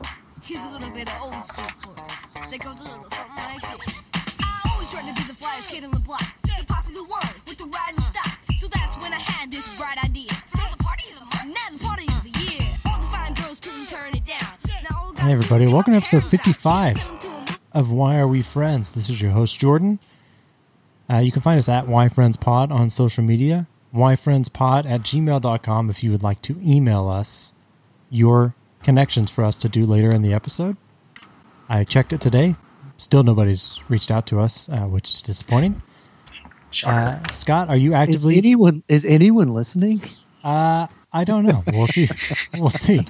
a little bit of old school for it. That goes a little something like this. I always tried to be the flyest kid on the block, the popular one with the riding stock. So that's when I had this bright idea. Now the party of the month, now the party of the year. All the fine girls couldn't turn it down. Now all the Hey, everybody. guys- Welcome to episode Check 55. them to a of Why Are We Friends. This is your host, Jordan. Uh, you can find us at Why Friends Pod on social media, whyfriendspod at gmail.com if you would like to email us your connections for us to do later in the episode. I checked it today. Still nobody's reached out to us, uh, which is disappointing. Shocker. Uh, Scott, are you Is actively? anyone is anyone listening? Uh, I don't know. We'll see. we'll see.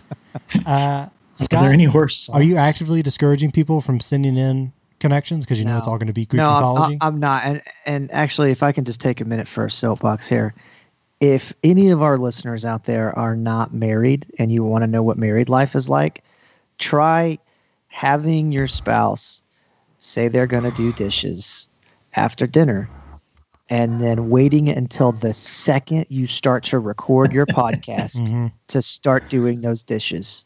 Uh, Are there Scott, any horse songs? are you actively discouraging people from sending in connections because you know No. it's all going to be Greek no, I'm- mythology? I'm, not. And and actually, if I can just take a minute for a soapbox here, if any of our listeners out there are not married and you want to know what married life is like, try having your spouse say they're going to do dishes after dinner, and then waiting until the second you start to record your podcast Mhm. to start doing those dishes.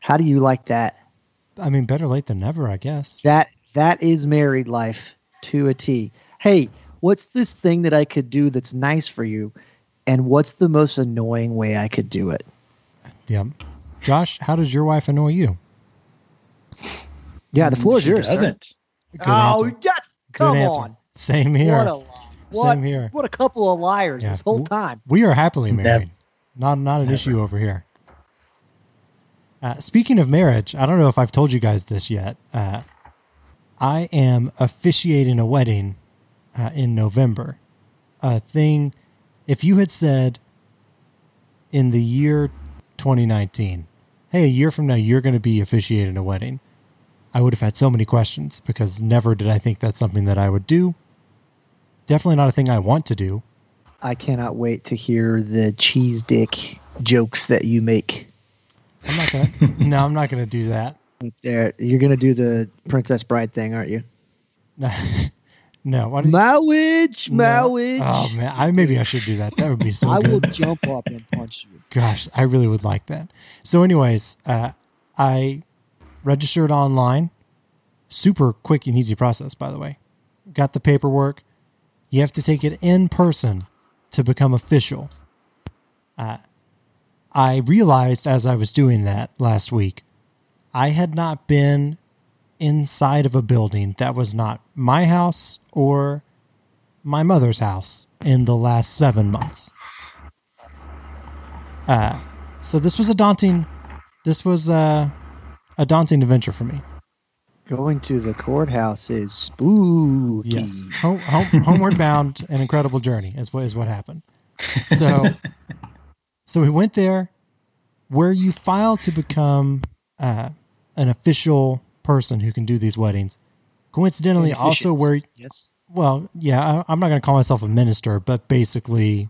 How do you like that? I mean, better late than never, I guess. That that is married life to a T. Hey, what's this thing that I could do that's nice for you? And what's the most annoying way I could do it? Yeah. Josh, how does your wife annoy you? Yeah, the floor is She yours. sir. doesn't. Mm, Good Oh, answer. yes. Come Good answer. on. Same What here. a lie. what, Same here. what a couple of liars Yeah. this whole W- time. We are happily Never. married. Not not an Never. issue over here. Uh, speaking of marriage, I don't know if I've told you guys this yet. Uh, I am officiating a wedding uh, in November. A thing, if you had said in the year 2019, hey, a year from now, you're going to be officiating a wedding, I would have had so many questions because never did I think that's something that I would do. Definitely not a thing I want to do. I cannot wait to hear the cheese dick jokes that you make. I'm not gonna. no, I'm not gonna do that. There, you're gonna do the Princess Bride thing, aren't you? No, no. Why do you- Marriage, no. marriage. Oh man, I maybe I should do that. That would be so I good. will jump up and punch you. Gosh, I really would like that. So, anyways, uh, I registered online. Super quick and easy process, by the way. Got the paperwork. You have to take it in person to become official. Uh, I realized as I was doing that last week, I had not been inside of a building that was not my house or my mother's house in the last seven months. Uh, so this was a daunting, this was uh, a daunting adventure for me. Going to the courthouse is spooky. Yes, home, home, homeward bound, an incredible journey is what is what happened. So, so we went there, where you file to become uh, an official person who can do these weddings. Coincidentally, An also officiant. where Yes. Well, yeah, I, I'm not going to call myself a minister, but basically,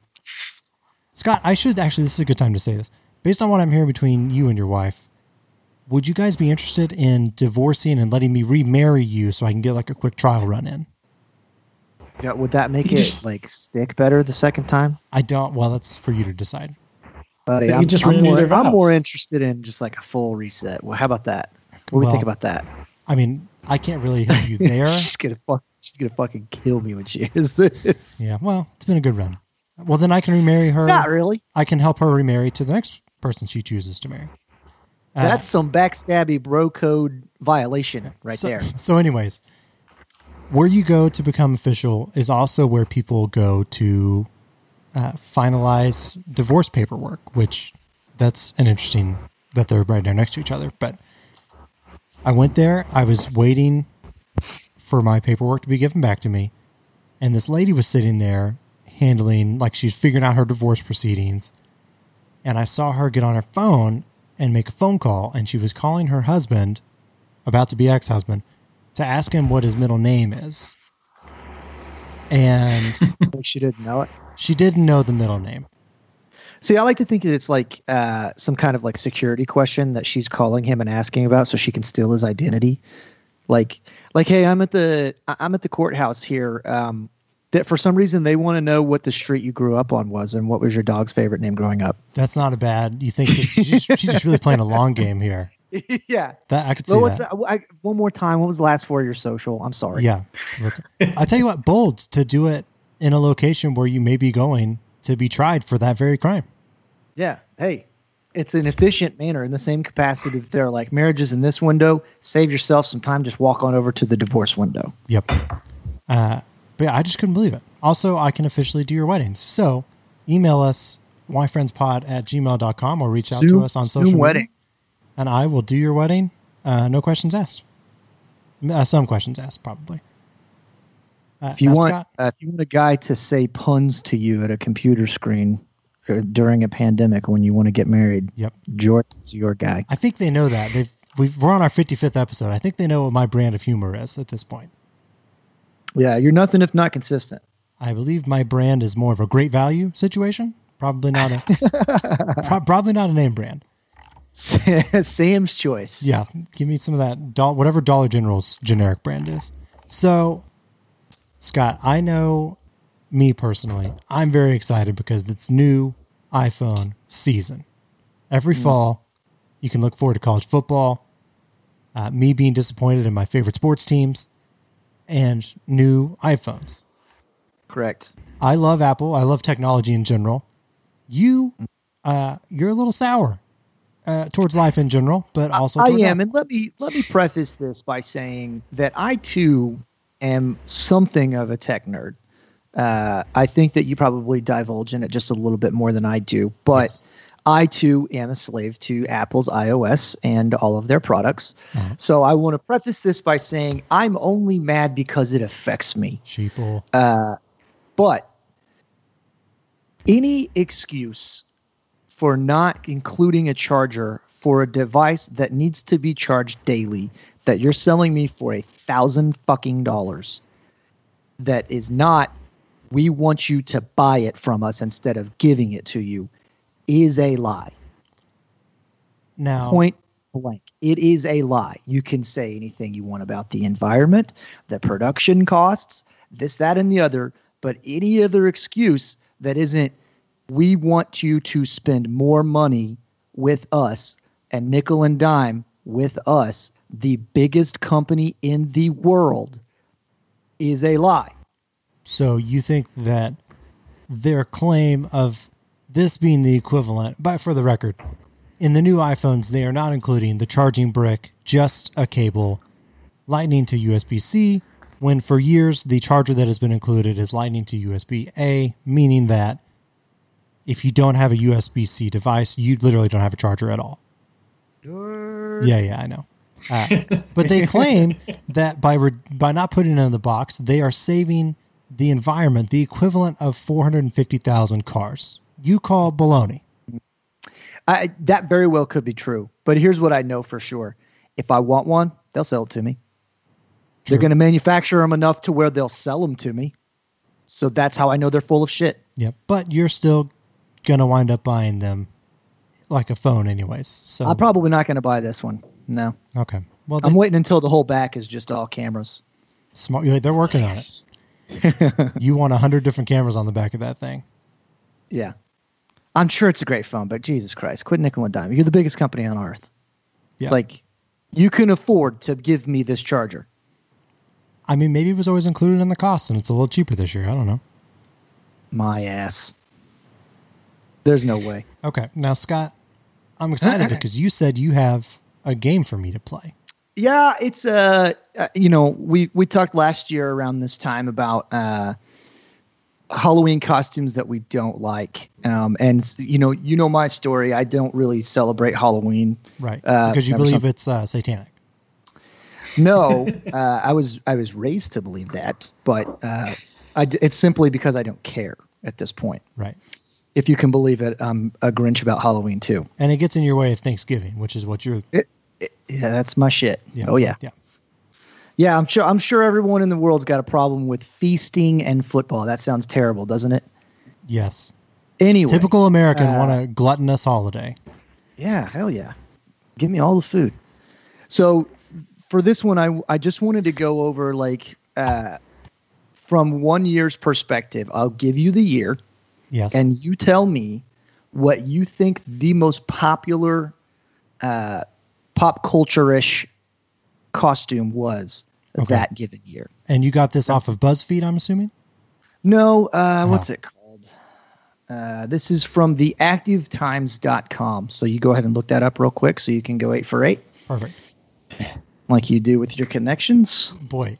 Scott, I should actually, this is a good time to say this. Based on what I'm hearing between you and your wife, would you guys be interested in divorcing and letting me remarry you so I can get like a quick trial run in? Yeah, would that make You it just- like stick better the second time? I don't, well, that's for you to decide. Buddy, But you I'm, just I'm renew more, their I'm vows. more interested in just like a full reset. Well, how about that? What do we Well, think about that? I mean, I can't really help you there. she's gonna fuck, she's gonna fucking kill me when she hears this. yeah, well, it's been a good run. Well, then I can remarry her. Not really. I can help her remarry to the next person she chooses to marry. Uh, That's some backstabby bro code violation right so, there. So, anyways, where you go to become official is also where people go to uh, finalize divorce paperwork, which that's an interesting that they're right there next to each other. But I went there. I was waiting for my paperwork to be given back to me, and this lady was sitting there handling like she's figuring out her divorce proceedings. And I saw her get on her phone and make a phone call, and she was calling her husband about to be ex husband, to ask him what his middle name is. And Like she didn't know it. she didn't know the middle name. See, I like to think that it's like uh, some kind of like security question that she's calling him and asking about, so she can steal his identity. Like, like, hey, I'm at the I- I'm at the courthouse here. Um, that for some reason they want to know what the street you grew up on was and what was your dog's favorite name growing up. That's not a bad. You think this, she's, she's just really playing a long game here. yeah. That I could see Well, what's that. the- I- one more time. What was the last four of your social? I'm sorry. Yeah. I tell you what, bold to do it in a location where you may be going to be tried for that very crime. Yeah. Hey, it's an efficient manner in the same capacity that they're like marriages in this window. Save yourself some time. Just walk on over to the divorce window. Yep. Uh, but yeah, I just couldn't believe it. Also, I can officially do your weddings. So email us, myfriendspod at gmail.com or reach out Zoom- to us on Zoom social wedding. media. And I will do your wedding. Uh, no questions asked. Uh, some questions asked, probably. Uh, If you now, want, Scott- uh, if you want a guy to say puns to you at a computer screen uh, during a pandemic when you want to get married, Yep. Jordan's your guy. I think they know that. They've, we've, we're on our 55th episode. I think they know what my brand of humor is at this point. Yeah, you're nothing if not consistent. I believe my brand is more of a great value situation. Probably not a pro- probably not a name brand. Sam's choice. Yeah, give me some of that doll whatever Dollar General's generic brand is. So, Scott, I know me personally. I'm very excited because it's new iPhone season. Every Mm. fall, you can look forward to college football, uh, me being disappointed in my favorite sports teams, and new iPhones. correct. I love Apple. I love technology in general. You, uh, you're a little sour uh, towards life in general, but also I towards am, Apple. and let me let me preface this by saying that I too am something of a tech nerd. Uh, I think that you probably divulge in it just a little bit more than I do, but I too am a slave to Apple's iOS and all of their products. So I want to preface this by saying I'm only mad because it affects me. sheeple. But any excuse for not including a charger for a device that needs to be charged daily that you're selling me for a thousand fucking dollars that is not we want you to buy it from us instead of giving it to you is a lie now, point blank. It is a lie. You can say anything you want about the environment, the production costs, this, that, and the other, but any other excuse that isn't, we want you to spend more money with us and nickel and dime with us, the biggest company in the world, is a lie. so you think that their claim of this being the equivalent, but for the record, in the new iPhones, they are not including the charging brick, just a cable, Lightning to USB C. When for years, the charger that has been included is Lightning to USB A, meaning that if you don't have a USB C device, you literally don't have a charger at all. Yeah, yeah, I know. Uh, but they claim that by re- by not putting it in the box, they are saving the environment the equivalent of 450,000 cars. You call baloney. I, that very well could be true, but here's what I know for sure: if I want one, they'll sell it to me. They're True. going to manufacture them enough to where they'll sell them to me. So that's how I know they're full of shit. Yeah, but you're still going to wind up buying them like a phone anyways. So I'm probably not going to buy this one. No, Okay. Well, I'm they, waiting until the whole back is just all cameras. smart, yeah, they're working on it. You want 100 different cameras on the back of that thing. Yeah, I'm sure it's a great phone, but Jesus Christ, quit nickel and dime. You're the biggest company on earth. Yeah. Like, you can afford to give me this charger. I mean, maybe it was always included in the cost and it's a little cheaper this year. I don't know. My ass. There's no way. Okay. Now, Scott, I'm excited because you said you have a game for me to play. Yeah, it's uh, uh, you know, we we talked last year around this time about uh, Halloween costumes that we don't like, um, and s- you know, you know my story. I don't really celebrate Halloween. Right. Uh, because you remember believe something- it's uh, satanic. No, uh, I was I was raised to believe that, but uh, I d it's simply because I don't care at this point. Right. If you can believe it, I'm a Grinch about Halloween too. And it gets in your way of Thanksgiving, which is what you're. Yeah, that's my shit. oh yeah, Yeah. yeah. I'm sure I'm sure everyone in the world's got a problem with feasting and football. That sounds terrible, doesn't it? Yes. Anyway, Typical American uh, want a gluttonous holiday. Yeah, hell yeah. Give me all the food. So for this one, I I just wanted to go over like uh, from one year's perspective. I'll give you the year, Yes. and you tell me what you think the most popular uh, pop culture-ish costume was Okay. that given year. And you got this off of BuzzFeed, I'm assuming? No, uh, No. what's it called? Uh, this is from theactivetimes.com. So you go ahead and look that up real quick so you can go eight for eight Perfect. like you do with your connections. Boy,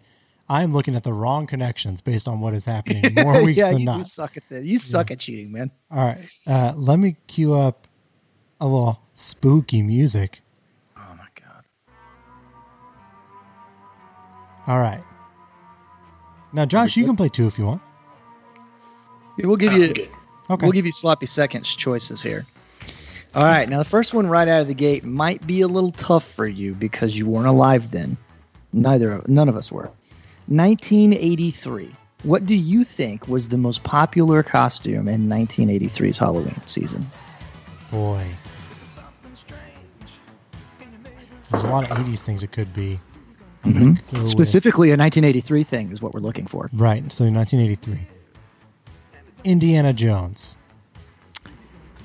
I'm looking at the wrong connections based on what is happening more weeks yeah, than you do not. suck at that. You suck at cheating, man. All right. Uh, let me cue up a little spooky music. Oh my god. All right. Now, Josh, you can play two if you want. Yeah, we'll give I'm you good. Ah, Okay. we'll give you sloppy seconds choices here. All right, now the first one right out of the gate might be a little tough for you because you weren't alive then. Neither of none of us were. 1983. What do you think was the most popular costume in 1983's Halloween season? Boy. There's a lot of 80s things it could be. I'm gonna Mm-hmm. go with- Specifically, a 1983 thing is what we're looking for. Right. So 1983. Indiana Jones.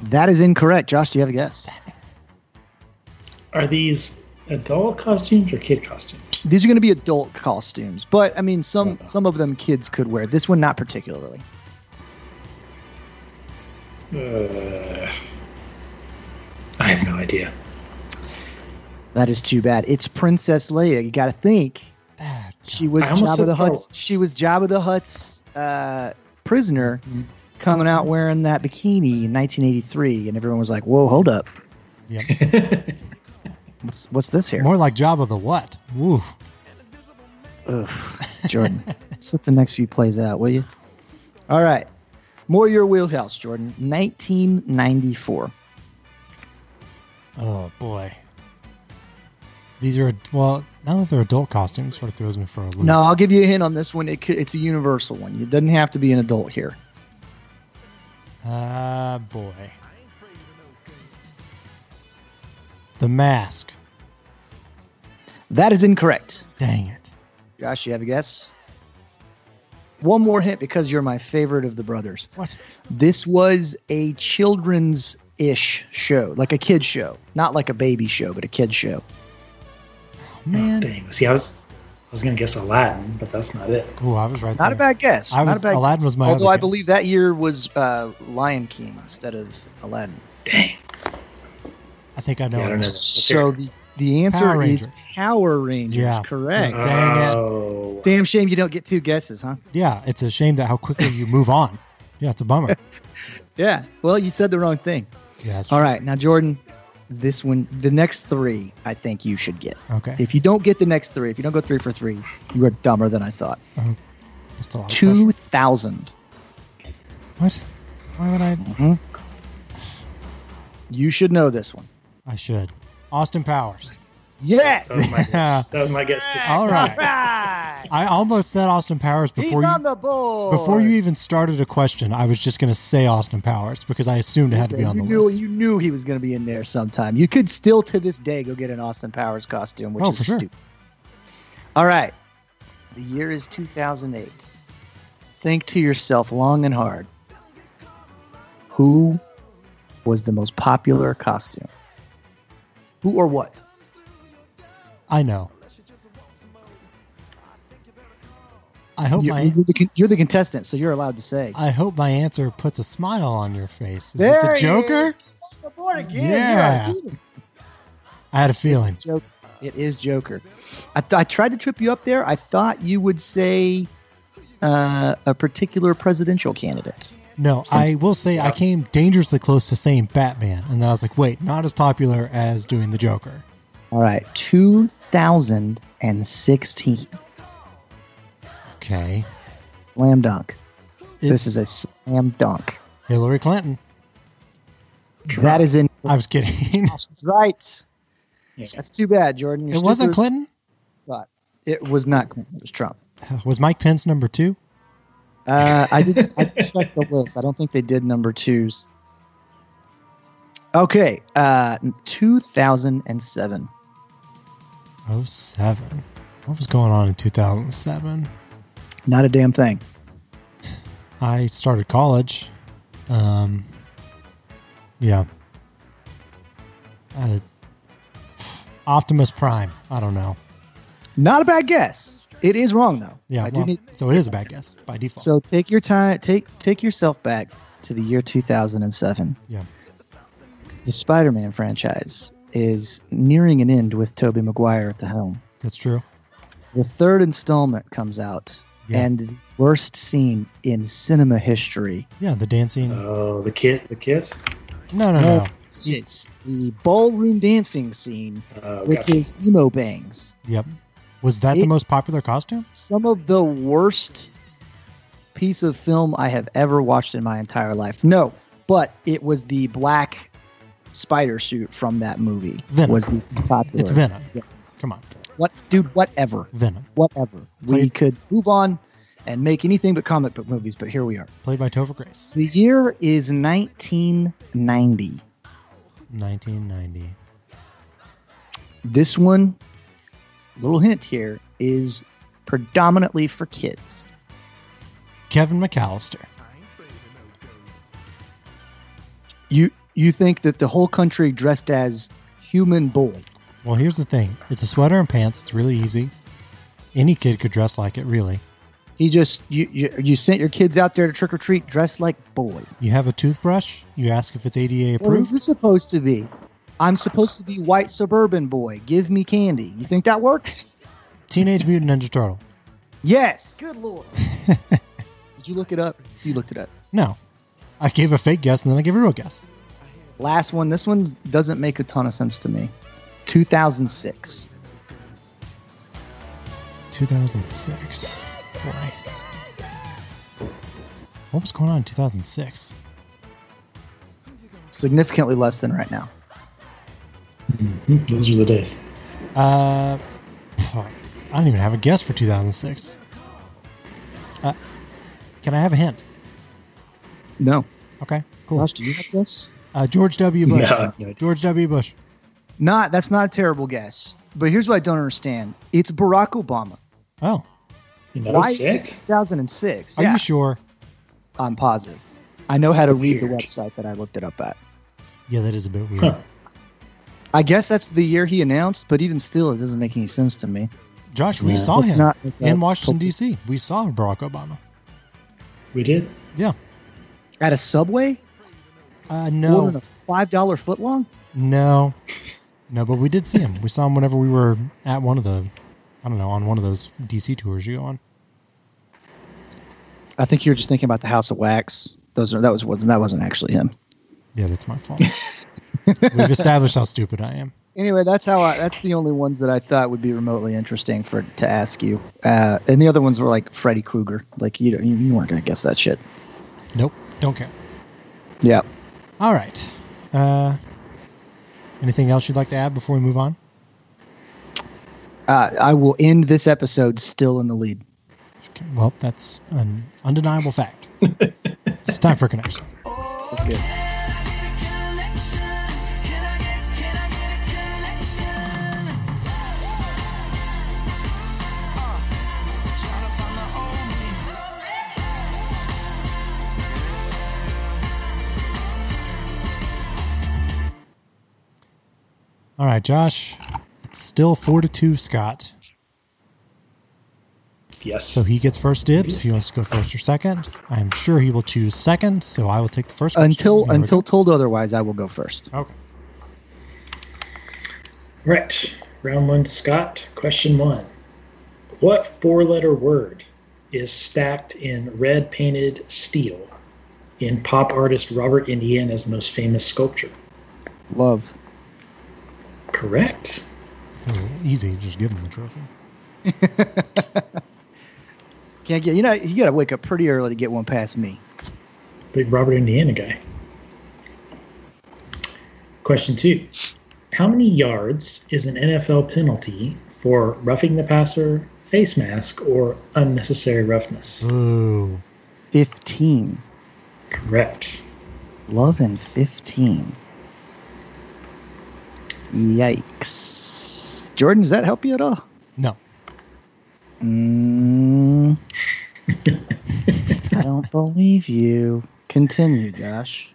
That is incorrect. Josh, do you have a guess? Are these adult costumes or kid costumes? These are going to be adult costumes, but I mean, some some of them kids could wear. This one, not particularly. Uh, I have no idea. That is too bad. It's Princess Leia. You got to think That. she was I almost Jabba said the Star Hutt's. Wars. She was Jabba the Hutt's uh, prisoner, coming out wearing that bikini in 1983, and everyone was like, "Whoa, hold up, Yep. what's what's this here?" More like Jabba the What? Woo. Ugh, Jordan, let's let the next few plays out, will you? All right, more your wheelhouse, Jordan. 1994. Oh boy. These are well, now that they're adult costumes, sort of throws me for a loop. No, I'll give you a hint on this one. It could, it's a universal one. It doesn't have to be an adult here. Ah boy. The mask. That is incorrect. Dang it. Josh, you have a guess? One more hint because you're my favorite of the brothers. What? This was a children's ish show, like a kid show, not like a baby show, but a kid show. Oh, Man. Dang. See, I was I was gonna guess Aladdin, but that's not it. Ooh, I was right Not a there. bad guess. I not was- a bad Aladdin guess. was my Although other I guess. believe that year was uh, Lion King instead of Aladdin. Dang. I think I know. Yeah, I it. don't know. Let's hear So it. the, the answer Power is Ranger. Power Rangers. Yeah. Correct. Uh, Dang it. Oh. Damn shame you don't get two guesses, huh? yeah, it's a shame that how quickly you move on. Yeah, it's a bummer. Yeah. Well, you said the wrong thing. Yeah, that's All right. Now, Jordan, this one, the next three, I think you should get. Okay. If you don't get the next three, if you don't go three for three, you are dumber than I thought. That's a lot of pressure. 2000. What? Why would I? You should know this one. I should. Austin Powers. Yes! That was my guess. That was my guess too. All right. right. I almost said Austin Powers He's before you on the board. before you even started a question. I was just going to say Austin Powers because I assumed it had to be on the you knew, list. You knew he was going to be in there sometime. You could still, to this day, go get an Austin Powers costume, which Oh, for is sure. stupid. All right. The year is 2008. Think to yourself long and hard. Who was the most popular costume? Who or what? I know. I hope You're, Oh, my you're the, con- you're the contestant, so you're allowed to say. I hope my answer puts a smile on your face. Is There it the he Joker? is. He's on the board again. Yeah. You are beating I had a feeling. Joker. It is Joker. I, th- I tried to trip you up there. I thought you would say uh, a particular presidential candidate. No, I will say I came dangerously close to saying Batman, and then I was like, wait, not as popular as doing the Joker. All right, 2016 Okay, slam dunk. It's- this is a slam dunk. Hillary Clinton. That is in. I was kidding. That's right. Yeah. That's too bad, Jordan. You're it wasn't stupid, Clinton. but It was not Clinton. It was Trump. Was Mike Pence number two? Uh, I didn't I didn't check the list. I don't think they did number twos. Okay, uh, 2007. Oh seven. What was going on in 2007? Not a damn thing. I started college. Um, yeah. Uh, Optimus Prime. I don't know. Not a bad guess. It is wrong though. Yeah, I do well, need. so it is a bad guess by default. So take your time. Take take yourself back to the year 2007. yeah, The Spider-Man franchise is nearing an end with Tobey Maguire at the helm. that's true. The third installment comes out, Yeah. and the worst scene in cinema history. Yeah, the Uh, dancing. Oh, the kid, the kiss. no, no, no. no. It's the ballroom dancing scene Uh, with gotcha. his emo bangs. Yep. Was that the It- most popular costume? Some of the worst piece of film I have ever watched in my entire life. No, but it was the black spider suit from that movie. Venom. Was the popular. It's Venom. Yeah. Come on, What, dude? Whatever. Venom, Whatever. We Played- could move on and make anything but comic book movies, but here we are. played by Topher Grace, The year is 1990. 1990. This one, little hint here, is predominantly for kids. Kevin McAllister. You you think that the whole country dressed as human boy? Well, here's the thing. It's a sweater and pants. It's really easy. Any kid could dress like it. Really. He just you you, you sent your kids out there to trick or treat dressed like boy. You have a toothbrush. You ask if it's ADA What are approved. you supposed to be? I'm supposed to be white suburban boy. Give me candy. You think that works? Teenage Mutant Ninja Turtle. Yes. Good lord. Did you look it up? You looked it up. No, I gave a fake guess and then I gave a real guess. Last one. This one doesn't make a ton of sense to me. 2006. 2006. Why? What was going on in 2006? Significantly less than right now. Mm, Those are the days. Uh, phew, I don't even have a guess for 2006. Uh, can I have a hint? No. Okay, cool. Gosh, do you have this? Uh, George W. Bush. No, no. George W. Bush. Not that's not a terrible guess. But here's what I don't understand. It's Barack Obama. Oh, You know, Why six. 2006. are Yeah, you sure? I'm positive. I know how to read the Weird. website that I looked it up at. Yeah, that is a bit weird. Huh. I guess that's the year he announced, but even still, it doesn't make any sense to me. Josh, we Yeah. saw Let's him not uh, make that in Washington, public. D.C. We saw Barack Obama. We did. Yeah. At a subway? Uh, More no, than a five dollar foot long? no, no, but we did see him. We saw him whenever we were at one of the, I don't know, on one of those D.C. tours you go on. I think you're just thinking about the House of Wax. Those are that was wasn't that wasn't actually him. Yeah, that's my fault. We've established how stupid I am. Anyway, that's how I, that's the only ones that I thought would be remotely interesting for to ask you. Uh, and the other ones were like Freddy Krueger. Like you don't- you you weren't gonna guess that shit. Nope, don't care. Yeah. All right. Uh, anything else you'd like to add before we move on? Uh, I will end this episode still in the lead. Okay, well, that's an undeniable fact. it's time for connections. That's good. All right, Josh. It's still four to two, Scott. Yes. So he gets first dibs. If he wants to go first or second, I'm sure he will choose second. So I will take the first. question. Until Here we until told otherwise, I will go first. go. Okay. Right. Round one to Scott. Question one. What four letter word is stacked in red painted steel in pop artist Robert Indiana's most famous sculpture? Love. Correct. Oh, easy. Just give him the trophy. Can't get you know you gotta wake up pretty early to get one past me. Big Robert Indiana guy. Question two. How many yards is an NFL penalty for roughing the passer, face mask, or unnecessary roughness? Ooh. Fifteen. Correct. Love and fifteen. Yikes. Jordan, does that help you at all? No. Mm. I don't believe you. Continue, Josh.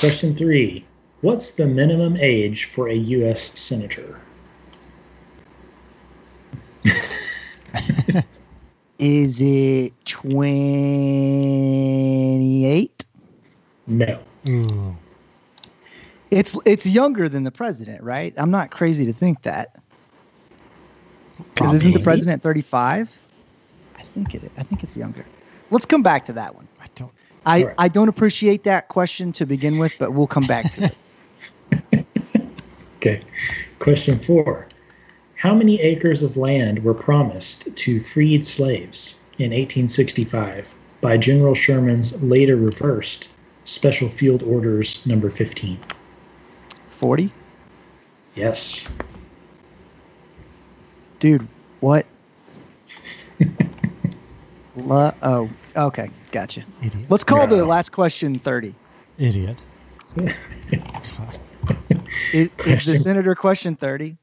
Question three What's the minimum age for a U.S. senator? Is it 28? No. Ooh. It's it's younger than the president, right? I'm not crazy to think that. Because isn't the Probably. president 35? I think it. I think it's younger. Let's come back to that one. I don't. I, Alright. I don't appreciate that question to begin with, but we'll come back to it. Okay. Question four How many acres of land were promised to freed slaves in 1865 by General Sherman's later reversed Special Field Orders number 15? 40? Yes. Dude, what? La- oh, okay. Gotcha. Idiot. Let's call Yeah. the last question 30. Idiot. God. Is, is the senator question 30?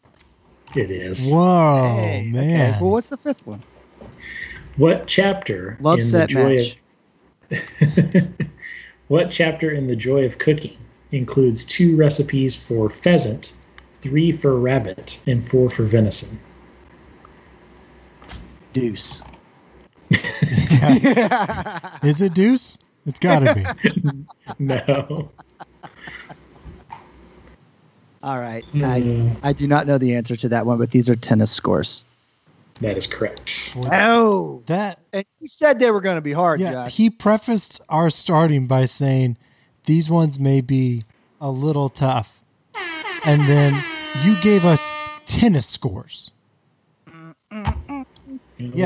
It is. Whoa, Hey, okay. Oh, man. Well, what's the fifth one? What chapter Love in set the joy match. of What chapter in the joy of cooking includes two recipes for pheasant, three for rabbit, and four for venison? Deuce. Yeah. I Is it Deuce? It's got to be. No. All right. I, I do not know the answer to that one, but these are tennis scores. That is correct. Oh. That And you said they were going to be hard, yeah, Josh. he prefaced our starting by saying these ones may be a little tough. And then you gave us tennis scores. Yeah,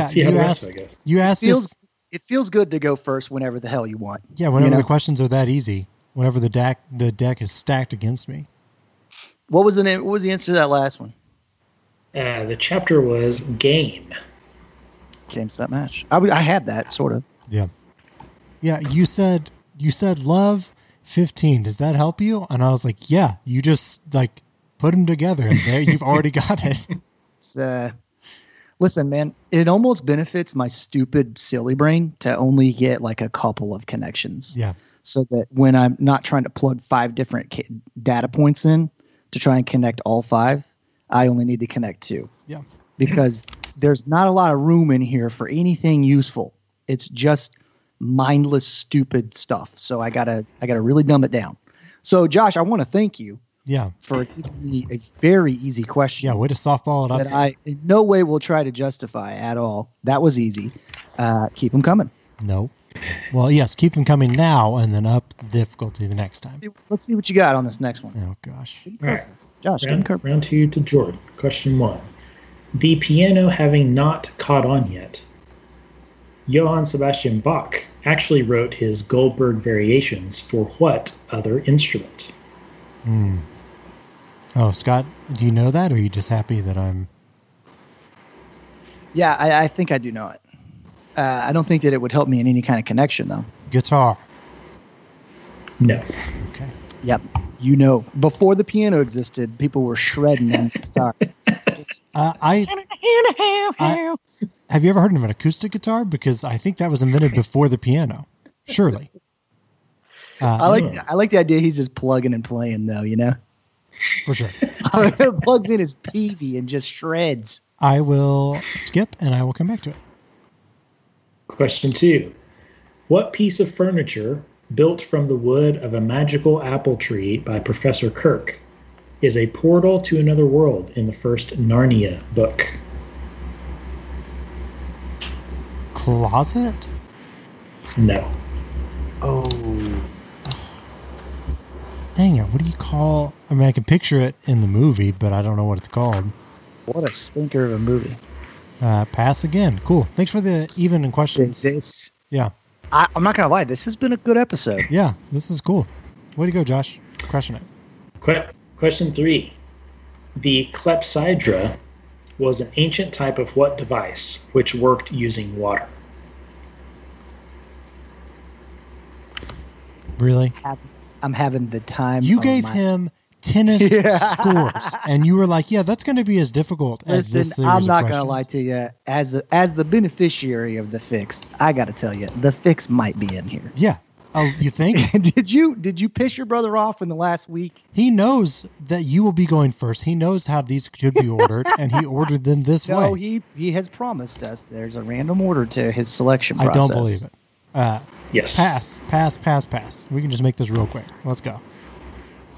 Let's see how you the rest of asked- it goes. You asked feels, if it feels good to go first whenever the hell you want. yeah, whenever you know. the questions are that easy, whenever the deck the deck is stacked against me. What was the name? What was the answer to that last one? Uh, the chapter was game. Game set match. I, w- I had that sort of. Yeah. Yeah, you said you said love 15. Does that help you? And I was like, yeah, you just like put them together and there you've already got it. It's, uh, listen, man, it almost benefits my stupid, silly brain to only get like a couple of connections, Yeah. so that when I'm not trying to plug five different ca- data points in to try and connect all five, I only need to connect two. Yeah. because there's not a lot of room in here for anything useful. It's just mindless, stupid stuff. So I gotta, I gotta really dumb it down. So Josh, I want to thank you Yeah. for giving me a very easy question Yeah, way to softball it up. that I in no way will try to justify at all. That was easy. Uh, keep them coming. No. Well, yes, keep them coming now and then up the difficulty the next time. Let's see what you got on this next one. Oh gosh. All right. Josh, give him Round, curve. round two to Jordan. Question one. The piano having not caught on yet, Johann Sebastian Bach actually wrote his Goldberg variations for what other instrument? Hmm. Oh, Scott, do you know that or are you just happy that I'm Yeah, I, I think I do know it. Uh, I don't think that it would help me in any kind of connection, though. guitar? No. Okay. Yep. You know, before the piano existed, people were shredding them. Sorry. Uh, I I- have you ever heard of an acoustic guitar? Because I think that was invented before the piano. Surely. I Uh, like I like the idea he's just plugging and playing though, you know? for sure. plugs in his peavy and just shreds. I will skip and I will come back to it. Question two. What piece of furniture built from the wood of a magical apple tree by Professor Kirk is a portal to another world in the first Narnia book? Closet? No. Oh. Dang it. What do you call? I mean, I can picture it in the movie, but I don't know what it's called. What a stinker of a movie. Uh, pass again. Cool. Thanks for the even in questions. This Yeah. I, I'm not gonna lie, this has been a good episode. Yeah. This is cool. Way to go, Josh. Crushing it. Que- question three. The clepsydra was an ancient type of what device which worked using water? Really? Have- I'm having the time. You of gave my- him tennis Yeah. scores, and you were like, yeah, that's going to be as difficult as this Listen, series I'm not going gonna lie to you. As as the beneficiary of the fix, I gotta tell you, the fix might be in here. Yeah. Oh, you think? did you did you piss your brother off in the last week? He knows that you will be going first. He knows how these could be ordered, and he ordered them this No, way. he he has promised us there's a random order to his selection I process. don't believe it. Uh, Yes. pass, pass, pass, pass. We can just make this real quick. Let's go.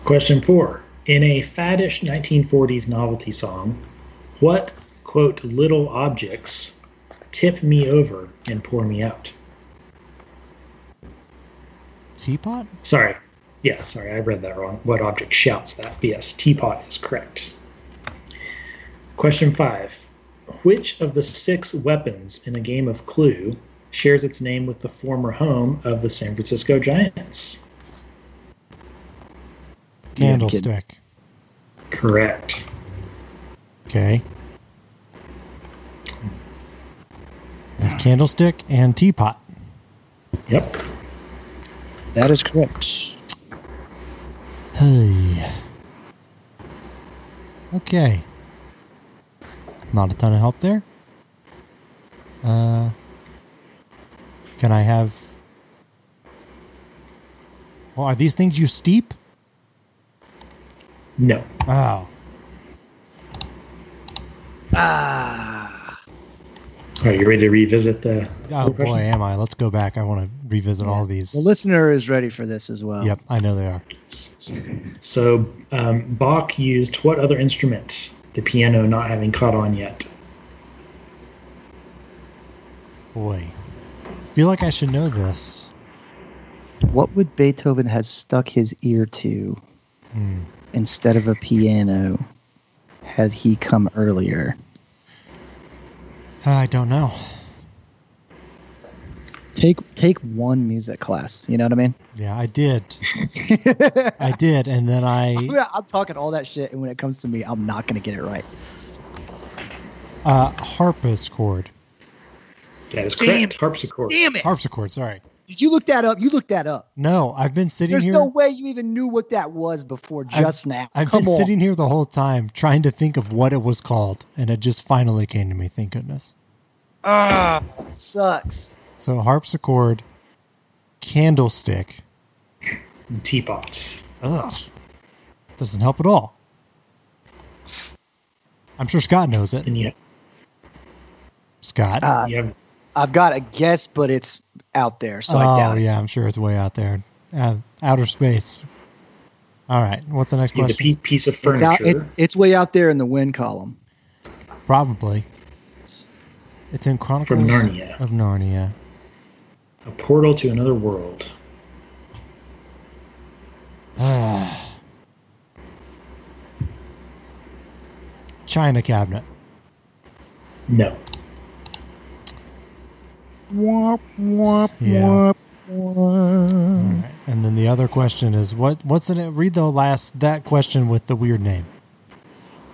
Question four. In a faddish 1940s novelty song, what, quote, little objects tip me over and pour me out? Teapot? Sorry. Yeah, sorry, I read that wrong. What object shouts that? But Yes, teapot is correct. Question five. Which of the six weapons in a game of Clue shares its name with the former home of the San Francisco Giants? Yeah, I'm kidding. Candlestick. Correct. Okay. Candlestick and teapot. Yep. That is correct. Hey. Okay. Not a ton of help there. Uh, can I have? Well, are these things you steep? No. Oh, Ah, Are you ready to revisit the oh the boy, questions? am I? Let's go back. I want to revisit all these. the listener is ready for this as well. Yep, I know they are. So um, Bach used what other instrument? The piano not having caught on yet. Boy, feel like I should know this. What would Beethoven has stuck his ear to Hmm. instead of a piano had he come earlier? Uh, I don't know. Take take one music class. You know what I mean? Yeah, I did. I did, and then I Yeah, I'm talking all that shit, and when it comes to me, I'm not gonna get it right. uh, harpsichord. That is correct. Harpsichord. Damn it! Harpsichord. Sorry. Did you look that up? You looked that up. No, I've been sitting There's here. no way you even knew what that was before I've- just now. I've Come been on. sitting here the whole time trying to think of what it was called, and it just finally came to me. Thank goodness. That sucks. So harpsichord, candlestick. Teapot. Ugh, doesn't help at all. I'm sure Scott knows it. Then you, Scott. Uh, you have I've got a guess, but it's out there, so I oh doubt it. yeah, I'm sure it's way out there, uh, outer space. All right, what's the next you have the question? pe- piece of It's, furniture. out, it, it's way out there in the win column. Probably. It's in Chronicles Narnia. of Narnia. a portal to another world. Ah. China cabinet. No. Yeah. All right. And then the other question is what what's the name? Read the last that question with the weird name.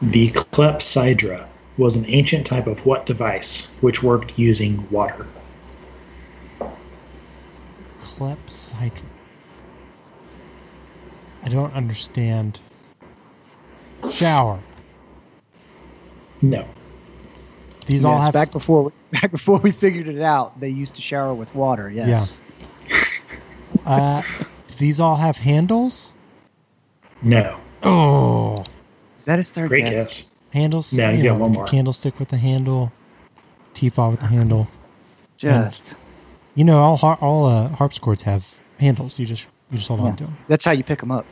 The clepsydra was an ancient type of what device which worked using water? Clepsydra. I don't understand. Shower. No. These all Yes, have back before we, back before we figured it out. They used to shower with water. Yes. uh, do these all have handles? No. Oh, Is that his third Great guess? guess. handles. No, he's you got know, one like more. A candlestick with a handle, teapot with a handle. Just You know, all har- all uh, harpsichords have handles. You just you just hold Yeah. on to them. that's how you pick them up.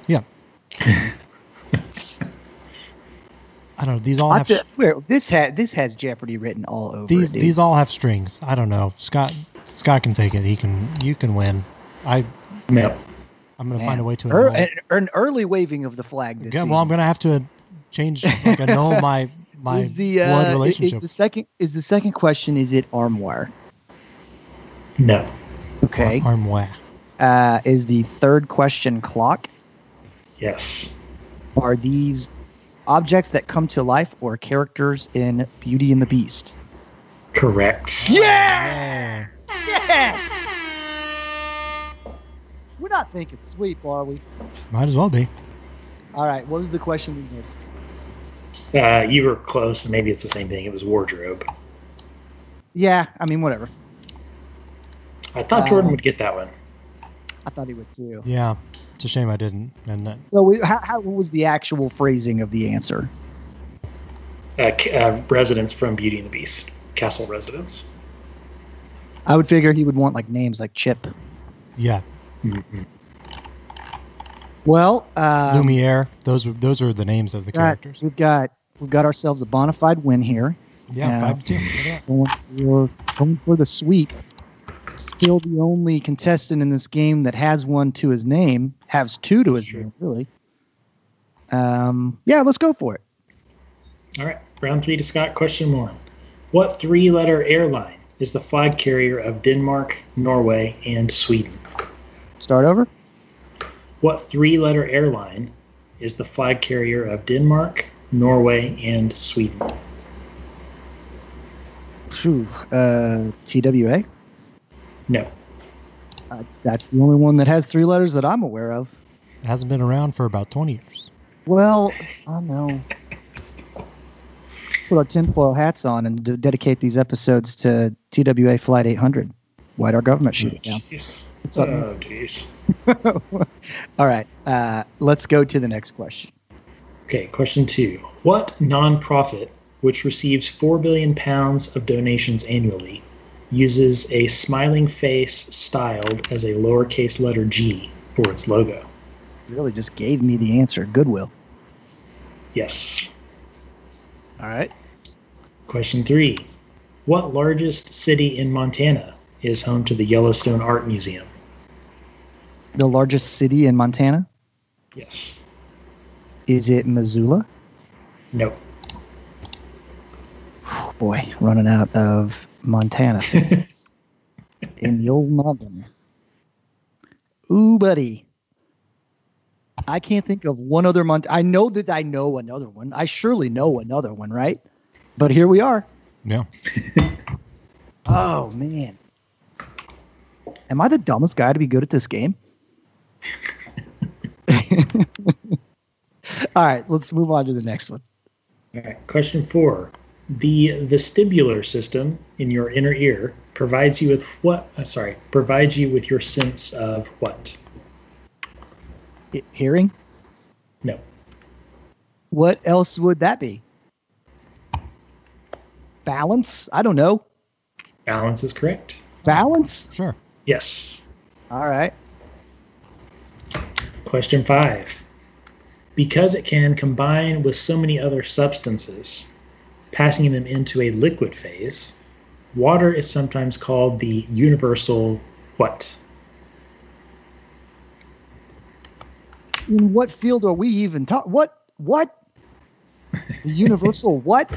I don't know. These all I have feel- sh- where- this had this has Jeopardy written all over. these it, dude. these all have strings. I don't know. Scott Scott can take it. He can you can win. I No. I'm gonna Man. find a way to Ear- annul. an, an early waving of the flag this Yeah, season. well, I'm gonna have to change like annul my my is the uh, blood i- i- relationship. the second is the second question. Is it armoire? No. Okay. Armoire. Uh, is the third question clock? Yes. Are these objects that come to life or characters in Beauty and the Beast? Correct. Oh, Yeah. We're not thinking sweep, are we? Might as well be. All right. What was the question we missed? Uh, you were close, and maybe it's the same thing. It was wardrobe. Yeah. I mean, whatever. I thought Uh, Jordan would get that one. I thought he would too. Yeah. It's a shame I didn't, uh, isn't it? So, we, how, how what was the actual phrasing of the answer? Uh, c- uh, residents from Beauty and the Beast, castle residents. I would figure he would want like names like Chip. Yeah. mm-hmm. Well, uh, Lumiere. Those were those are the names of the all right, characters. we've got we've got ourselves a bona fide win here. Yeah, Yeah. five to two. Look at Going for, going for the sweep. Still the only contestant in this game that has one to his name, has two to his Sure. name, really. Um, yeah, let's go for it. All right, round three to Scott. Question one: What three-letter airline is the flag carrier of Denmark, Norway, and Sweden? Start over. What three-letter airline is the flag carrier of Denmark, Norway, and Sweden? Phew, uh, TWA. No, Uh, that's the only one that has three letters that I'm aware of. that. It hasn't been around for about twenty years. Well, I know. Put our tinfoil hats on and d- dedicate these episodes to TWA Flight 800. Why'd our government shoot it down? jeez. It's up. Oh, jeez. All right, uh, let's go to the next question. Okay, question two. What nonprofit, which receives 4 billion pounds of donations annually, uses a smiling face styled as a lowercase letter g for its logo? Really just gave me the answer. Goodwill. Yes. All right. Question three. What largest city in Montana is home to the Yellowstone Art Museum? The largest city in Montana? Yes. Is it Missoula? No. Oh boy, running out of Montana cities in the old noggin. Ooh, buddy. I can't think of one other month. I know that I know another one. I surely know another one, right? But here we are. Yeah. Oh man. Am I the dumbest guy to be good at this game? All right, let's move on to the next one. All right. Question four. The vestibular system in your inner ear provides you with what? Uh, sorry, provides you with your sense of what? He- Hearing? No. What else would that be? Balance? I don't know. Balance is correct. Balance? Sure. Yes. All right. Question five. Because it can combine with so many other substances, passing them into a liquid phase, water is sometimes called the universal what? In what field are we even talking? What? What? The universal what?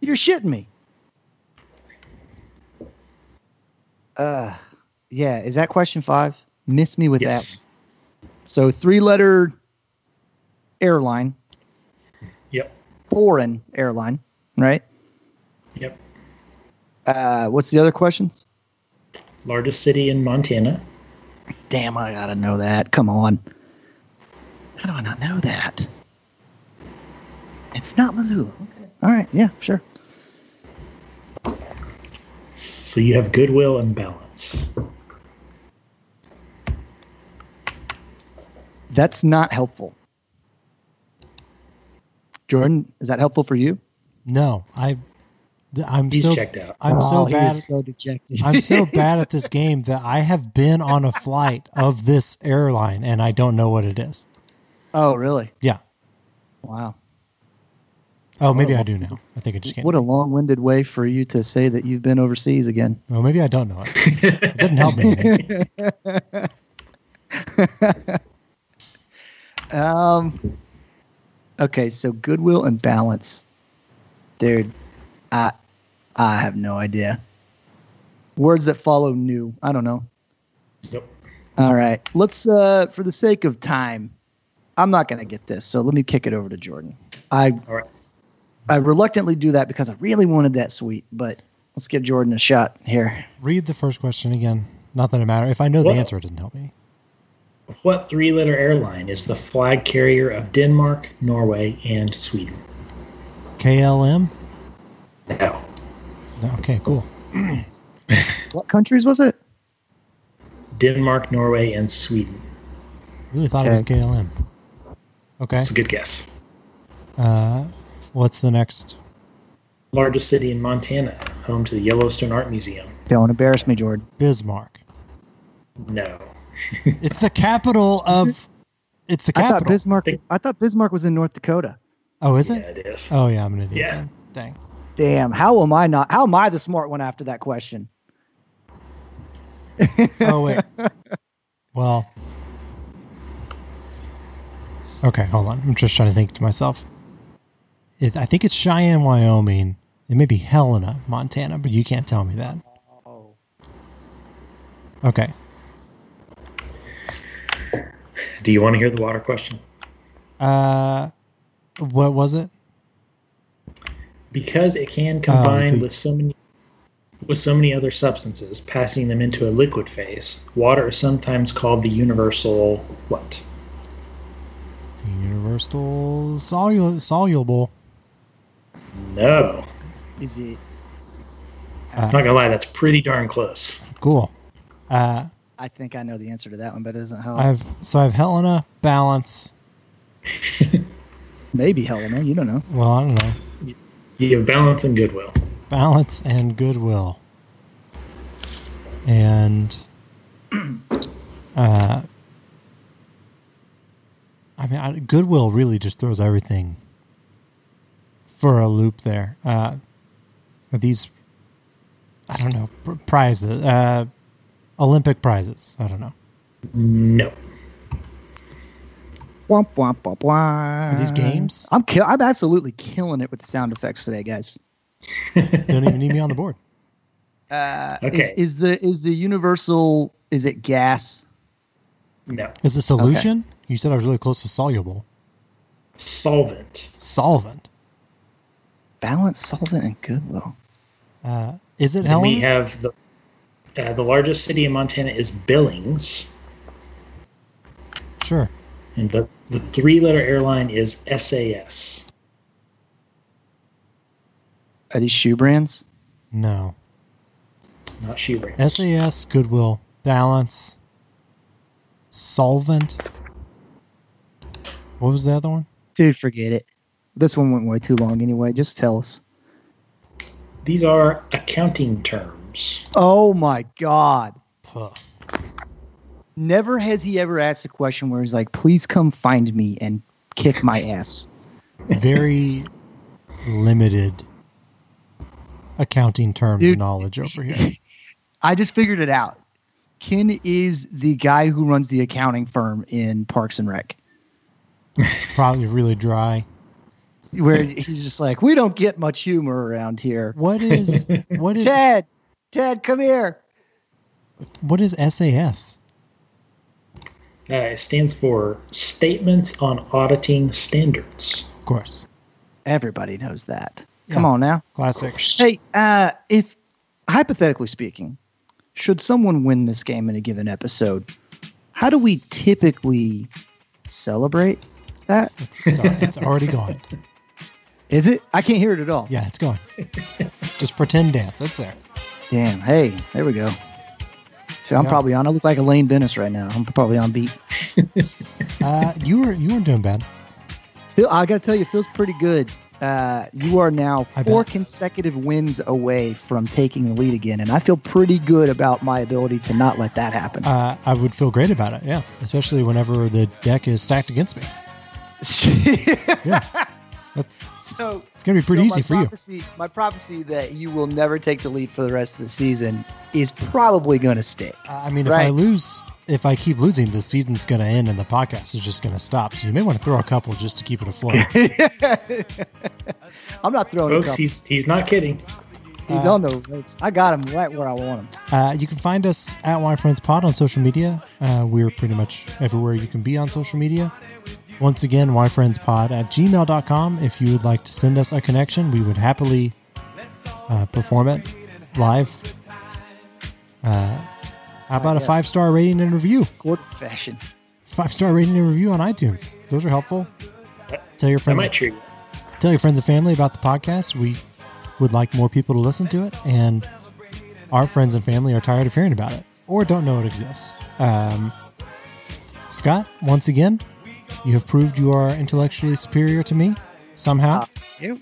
You're shitting me. Uh, yeah. Is that question five? Miss me with yes. that. So three letter airline, Yep. foreign airline, right? Yep. Uh, what's the other questions? Largest city in Montana. Damn, I gotta know that. Come on. How do I not know that? It's not Missoula. Okay. All right. Yeah. Sure. So you have goodwill and balance. That's not helpful. Jordan, is that helpful for you? No, I. th- I'm He's so checked out. I'm Oh, so he bad. is so dejected. I'm so bad at this game that I have been on a flight of this airline and I don't know what it is. oh, really? Yeah. Wow. Oh, maybe I do now. I think I just can't. What a long-winded way for you to say that you've been overseas again. Well, Oh, maybe I don't know it. It didn't help me. any. Um. Okay, so goodwill and balance, dude. I I have no idea. Words that follow new. I don't know. Nope. All right, let's. Uh, for the sake of time, I'm not gonna get this. So let me kick it over to Jordan. I All right. I reluctantly do that because I really wanted that sweet, but let's give Jordan a shot here. Read the first question again. Not that it matters. If I know the Well- answer, it doesn't help me. What three letter airline is the flag carrier of Denmark, Norway, and Sweden? KLM. No. No, okay, cool. what countries was it? Denmark, Norway, and Sweden. Really thought it was KLM. Okay. That's a good guess. Uh, what's the next? Largest city in Montana, home to the Yellowstone Art Museum. Don't embarrass me, Jordan. Bismarck. No. It's the capital of. It's the I capital. thought Bismarck. I thought Bismarck was in North Dakota. oh, is yeah, it? it is. Oh yeah, I'm an idiot. Yeah. then. Dang. Damn. How am I not? How am I the smart one after that question? Oh wait. well. Okay, hold on. I'm just trying to think to myself. It, I think it's Cheyenne, Wyoming. It may be Helena, Montana, but you can't tell me that. Oh. Okay. Do you want to hear the water question? Uh, what was it? Because it can combine Uh, the- with so many with so many other substances, passing them into a liquid phase. Water is sometimes called the universal what? The universal solu- soluble. No. Is it? I'm not gonna lie, that's pretty darn close. Cool. Uh, I think I know the answer to that one, but it isn't how. I've so I have Helena, balance. Maybe Helena. You don't know. Well, I don't know, You have balance and goodwill. balance and goodwill, and uh, I mean, I, goodwill really just throws everything for a loop. There uh, are these, I don't know, pr- prizes, uh, Olympic prizes. I don't know. No. Womp womp womp womp. these games? I'm kill. I'm absolutely killing it with the sound effects today, guys. Don't even need me on the board. Uh, Is, Okay. is the is the universal? Is it gas? No. Is the solution? You said I was really close to soluble. Solvent. Solvent. Balance, solvent, and goodwill. Uh, is it And we Helen? have the uh, the largest city in Montana is Billings, sure. and the the three letter airline is SAS. Are these shoe brands? No. Not Shoebrains. SAS, Goodwill, Balance, Solvent. What was the other one? Dude, forget it. This one went way too long anyway. Just tell us. These are accounting terms. Oh my God. Puh. Never has he ever asked a question where he's like, please come find me and kick my ass. Very limited accounting terms Dude. knowledge over here. I just figured it out. Ken is the guy who runs the accounting firm in Parks and Rec, Probably really dry. where he's just like, we don't get much humor around here. What is what is Ted, Ted, come here. what is SAS? Uh, it stands for Statements on Auditing Standards. Of course. Everybody knows that. Come Yeah. on now. Classic. Hey, uh, if hypothetically speaking, should someone win this game in a given episode, how do we typically celebrate that? It's, it's, al- it's already gone. Is it? I can't hear it at all. Yeah, it's gone. Just pretend dance. It's there. Damn. Hey, there we go. So I'm Yeah. probably on. I look like Elaine Dennis right now. I'm probably on beat. Uh, you were you weren't doing bad. Phil, I got to tell you, it feels pretty good. Uh, you are now I four bet. consecutive wins away from taking the lead again, and I feel pretty good about my ability to not let that happen. Uh, I would feel great about it. Yeah, especially whenever the deck is stacked against me. Yeah, that's so it's gonna be pretty So easy for my you. prophecy, My prophecy that you will never take the lead for the rest of the season is probably going to stick. I mean, if I Right. lose, if I keep losing, the season's gonna end and the podcast is just gonna stop. So you may want to throw a couple just to keep it afloat. I'm not throwing Folks, him. He's, he's, he's not kidding. he's uh, on the ropes. I got him right where I want him. Uh, you can find us at Wine Friends Pod on social media. Uh, we're pretty much everywhere you can be on social media. Once again, winefriendspod at gmail.com. If you would like to send us a connection, we would happily uh, perform it live. Uh, how about a yes. five star rating and review? Court fashion. Five star rating and review on iTunes. Those are helpful. Tell your That friends might treat you. tell your friends and family about the podcast. We would like more people to listen to it, and our friends and family are tired of hearing about it or don't know it exists. Um, Scott, once again, you have proved you are intellectually superior to me somehow. Uh, you?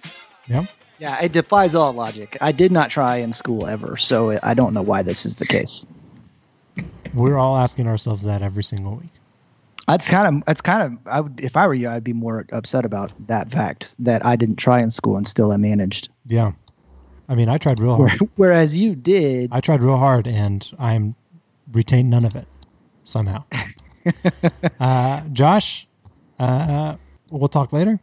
yeah. Yeah, it defies all logic. I did not try in school ever, so I don't know why this is the case. We're all asking ourselves that every single week. That's kind of that's kind of I would if I were you, I'd be more upset about that fact that I didn't try in school and still I managed. Yeah. I mean, I tried real hard. Whereas you did. I tried real hard and I'm retained none of it somehow. uh, Josh, uh, we'll talk later.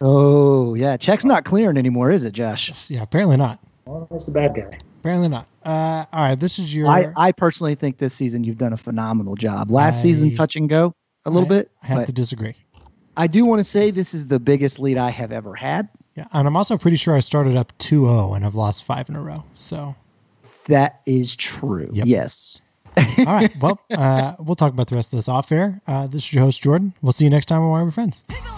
oh yeah, check's not clearing anymore, is it, Josh? Yeah, apparently not. Well, that's the bad guy. Apparently not. Uh, all right, this is your. I, I personally think this season you've done a phenomenal job. Last I- season, touch and go a little I- bit. I have but to disagree. I do want to say this is the biggest lead I have ever had. Yeah, and I'm also pretty sure I started up 2-0 and I've lost five in a row. So, That is true. Yep. Yes. all right. Well, uh, we'll talk about the rest of this off air. Uh, this is your host Jordan. We'll see you next time on Why We're Friends. People Uh, Uh,